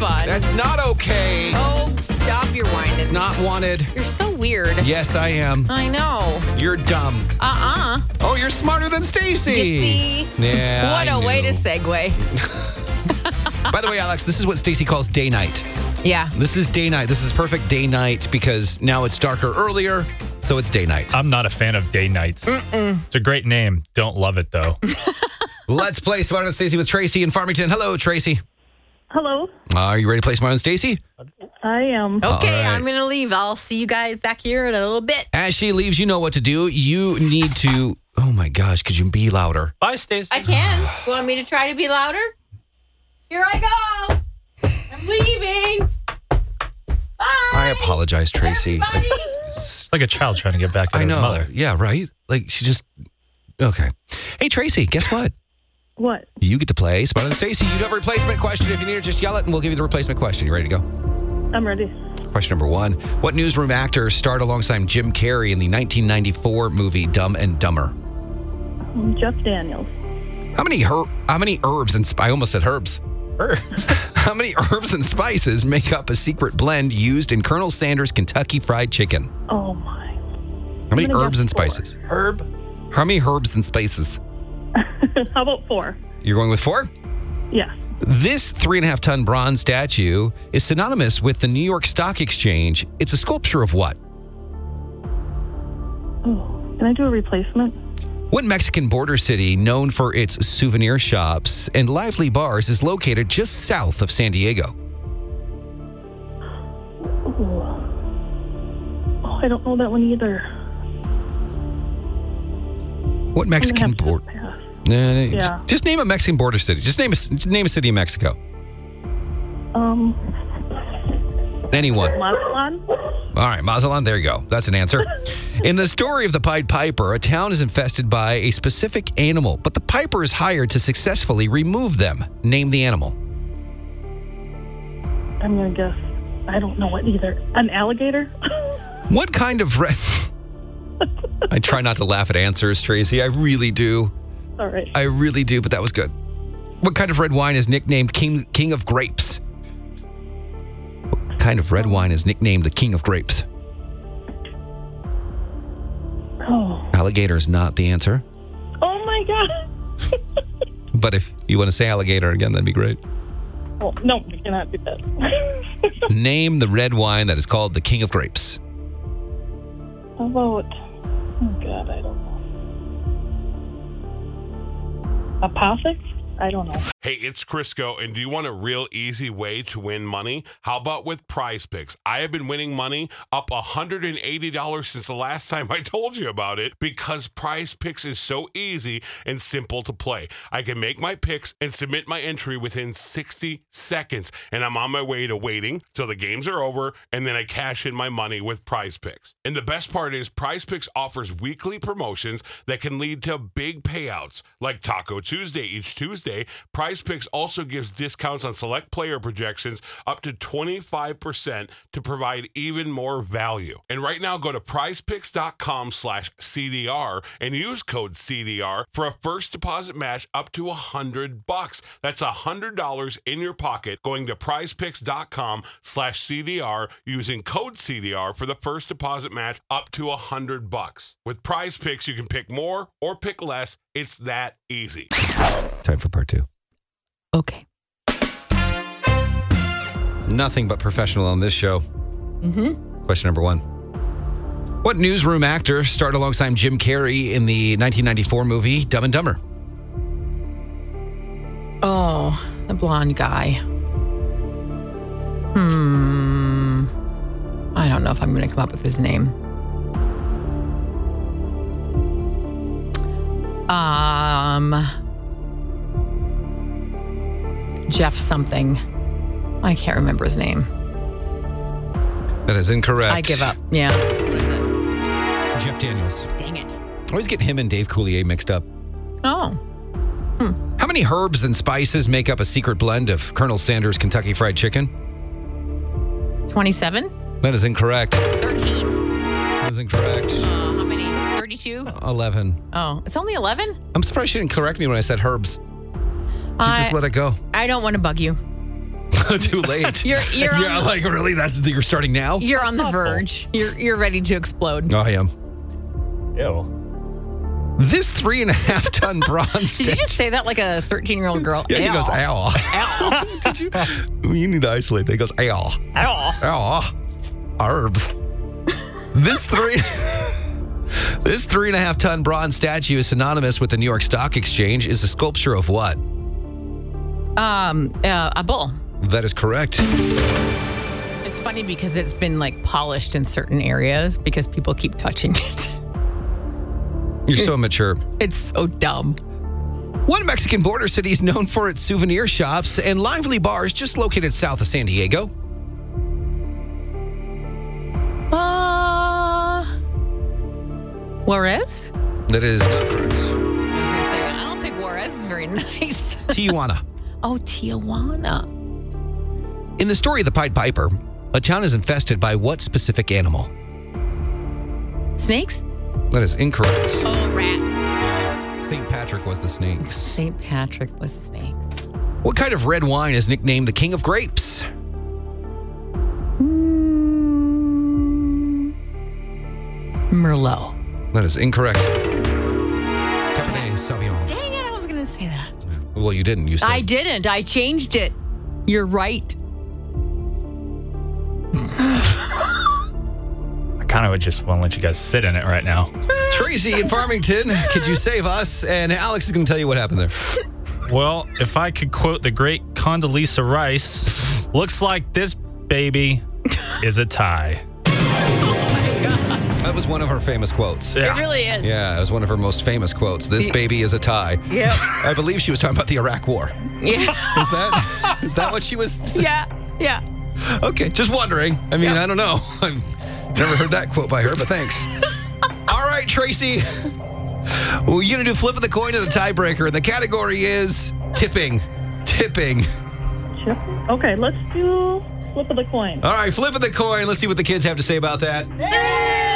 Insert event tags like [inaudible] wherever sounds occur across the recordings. not okay. Oh, stop your whining. It's not wanted. You're so weird. Yes, I am. I know. You're dumb. Uh-uh. Oh, you're smarter than Stacy. You see? [laughs] Yeah. what a a way to [laughs] segue. By the way, Alex, this is what Stacy calls day night. Yeah. This is day night. This is perfect day night because now it's darker earlier, so it's day night. I'm not a fan of day nights. It's a great name. Don't love it though. Let's play Smarter Than Stacy with Tracy in Farmington. Hello, Tracy. Hello, Are you ready to play Smarter Than Stacy? I am. Okay, right. I'm going to leave. I'll see you guys back here in a little bit. As she leaves, you know what to do. You need to. Oh my gosh, could you be louder? [laughs] Bye, Stacy. I can. You want me to try to be louder? Here I go. I'm leaving. I Bye, apologize, Tracy. everybody. It's like a child trying to get back at I his know. mother. Yeah, right? Like she just. Okay. Hey, Tracy, guess what? What? You get to play Smarter Than Stacy. You have a replacement question. If you need it, just yell it and we'll give you the replacement question. You ready to go? I'm ready. Question number one What newsroom actor starred alongside Jim Carrey in the 1994 movie Dumb and Dumber? I'm Jeff Daniels. How many her- how many herbs and sp- I almost said herbs. Herbs. [laughs] How many herbs and spices make up a secret blend used in Colonel Sanders Kentucky Fried Chicken? Oh my. [laughs] How many gonna herbs guess and four. spices? Herb. How many herbs and spices? How about four? You're going with four? Yes. This three and a half ton bronze statue is synonymous with the New York Stock Exchange. It's a sculpture of what? Oh, can I do a replacement? What Mexican border city, known for its souvenir shops and lively bars, is located just south of San Diego? Ooh. Oh, I don't know that one either. What I'm gonna Mexican have to border? pass. just, just name a Mexican border city. Just name a just name a city in Mexico. Um, Anyone. Mazatlan? All right, Mazatlan, there you go. That's an answer. In the story of the Pied Piper, a town is infested by a specific animal, but the Piper is hired to successfully remove them. Name the animal. I'm gonna guess. I don't know it either. An alligator? [laughs] What kind of. Re- I try not to laugh at answers, Tracy. I really do. All right. I really do, but that was good. What kind of red wine is nicknamed King, King of Grapes? What kind of red wine is nicknamed the King of Grapes? Oh. Alligator is not the answer. Oh my god. But if you want to say alligator again, that'd be great. Oh, no, we cannot do that. [laughs] Name the red wine that is called the King of Grapes. How about? Oh god, I don't know. Apothic? I don't know. Hey, it's Crisco, and do you want a real easy way to win money? How about with prize picks? I have been winning money up $180 since the last time I told you about it because prize picks is so easy and simple to play. I can make my picks and submit my entry within 60 seconds, and I'm on my way to waiting till the games are over, and then I cash in my money with prize picks. And the best part is, prize picks offers weekly promotions that can lead to big payouts like Taco Tuesday each Tuesday. Prize Picks also gives discounts on select player projections up to 25% to provide even more value. And right now go to prizepicks.com slash CDR and use code CDR for a first deposit match up to a hundred bucks. That's a hundred dollars in your pocket going to prizepicks.com slash CDR using code CDR for the first deposit match up to a hundred bucks. With prize picks, you can pick more or pick less. It's that easy. Time for part two. Okay. Nothing but professional on this show. Mm-hmm. Question number one. What newsroom actor starred alongside Jim Carrey in the 1994 movie Dumb and Dumber? Oh, the blonde guy. Hmm. I don't know if I'm going to come up with his name. Um, Jeff something. I can't remember his name. That is incorrect. I give up. Yeah. What is it? Jeff Daniels. Dang it. I always get him and Dave Coulier mixed up. Oh. How many herbs and spices make up a secret blend of Colonel Sanders Kentucky Fried Chicken? 27? That is incorrect. 13. That is incorrect. Uh, how many? 32? 11. Oh, it's only 11? I'm surprised she didn't correct me when I said herbs. She I, just let it go. [laughs] I don't want to bug you. too late. You're- you're on yeah, the- like really? That's you're starting now? You're on the verge. You're you're ready to explode. Oh, I am. Ew. This three and a half [laughs] ton bronze Did you statue. just say that like a 13 year old girl? yeah, he Ow. goes, ow. Ow. [laughs] Did you? You need to isolate that. He goes, ow. Ow. Oh, herbs. this three. [laughs] This three and a half ton bronze statue is synonymous with the New York Stock Exchange. Is a sculpture of what? "Ah." Um, uh, a bull. That is correct. It's funny because it's been like polished in certain areas because people keep touching [laughs] it. You're so immature. It's so dumb. One Mexican border city is known for its souvenir shops and lively bars just located south of San Diego. Uh, Juarez? That is not correct. I was gonna say, I don't think Juarez is very [laughs] nice. Tijuana. oh, Tijuana. In the story of the Pied Piper, a town is infested by what specific animal? Snakes? That is incorrect. Oh, rats. St. Patrick was the snake. St. Patrick was snakes. What kind of red wine is nicknamed the king of grapes? Merlot. That is incorrect. Cabernet Sauvignon. Dang it, I was gonna say that. Well, you didn't. You said I didn't. I changed it. You're right. I kind of would just want to let you guys sit in it right now. Tracy in Farmington. Could you save us? And Alex is going to tell you what happened there. Well, if I could quote the great Condoleezza Rice, looks like this baby is a tie. That was one of her famous quotes. Yeah. It really is. Yeah, it was one of her most famous quotes. This baby is a tie. [laughs] Yep. I believe she was talking about the Iraq War. Yeah. Is that is that what she was? yeah. Yeah. Okay, just wondering. I mean, I don't know. [laughs] I've never heard that quote by her, but thanks. All right, Tracy. We're going to do flip of the coin of the tiebreaker, and the category is tipping. Tipping. Chip. Okay, let's do flip of the coin. All right, flip of the coin. Let's see what the kids have to say about that.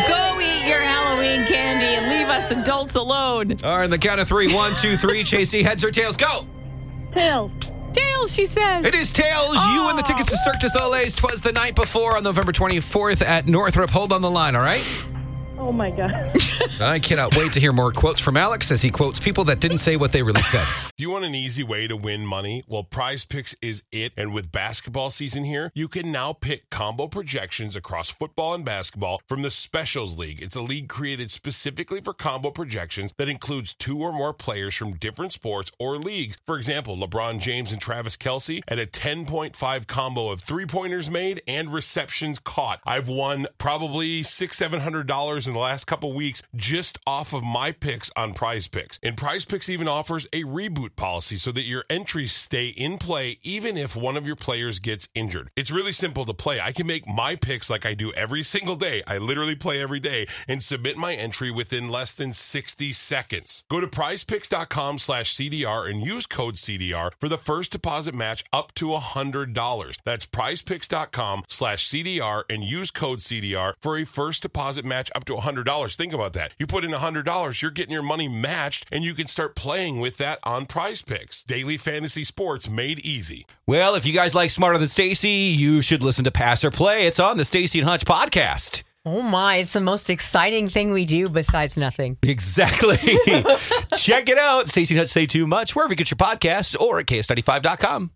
Go eat your Halloween candy and leave us adults alone. All right, on the count of three. One, two, three. Chasey, heads or tails, go. Tails. Dale, she says. It is tails. You and the tickets to Cirque du Soleil's. Twas the night before on November 24th at Northrop. Hold on the line, all right? Oh my god. I cannot wait to hear more quotes from Alex as he quotes people that didn't say what they really said. Do you want an easy way to win money? Well, Prize Picks is it. And with basketball season here, you can now pick combo projections across football and basketball from the Specials League. It's a league created specifically for combo projections that includes two or more players from different sports or leagues. For example, LeBron James and Travis Kelsey at a 10.5 combo of three pointers made and receptions caught. I've won probably six, seven hundred dollars in the last couple weeks just off of my picks on prize picks. And prize picks even offers a reboot policy so that your entries stay in play even if one of your players gets injured. It's really simple to play. I can make my picks like I do every single day. I literally play every day and submit my entry within less than 60 seconds. Go to prizepicks.com slash CDR and use code CDR for the first deposit match up to $100. That's prizepicks.com slash CDR and use code CDR for a first deposit match up to $100. Think about that. You put in $100, you're getting your money matched and you can start playing with that on prize picks. Daily fantasy sports made easy. Well, if you guys like Smarter Than Stacy, you should listen to Pass or Play. It's on the Stacy and Hutch podcast. [laughs] oh my, it's the most exciting thing we do besides nothing. Exactly. Check it out. Stacy and Hutch say too much wherever you get your podcasts or at ks95.com.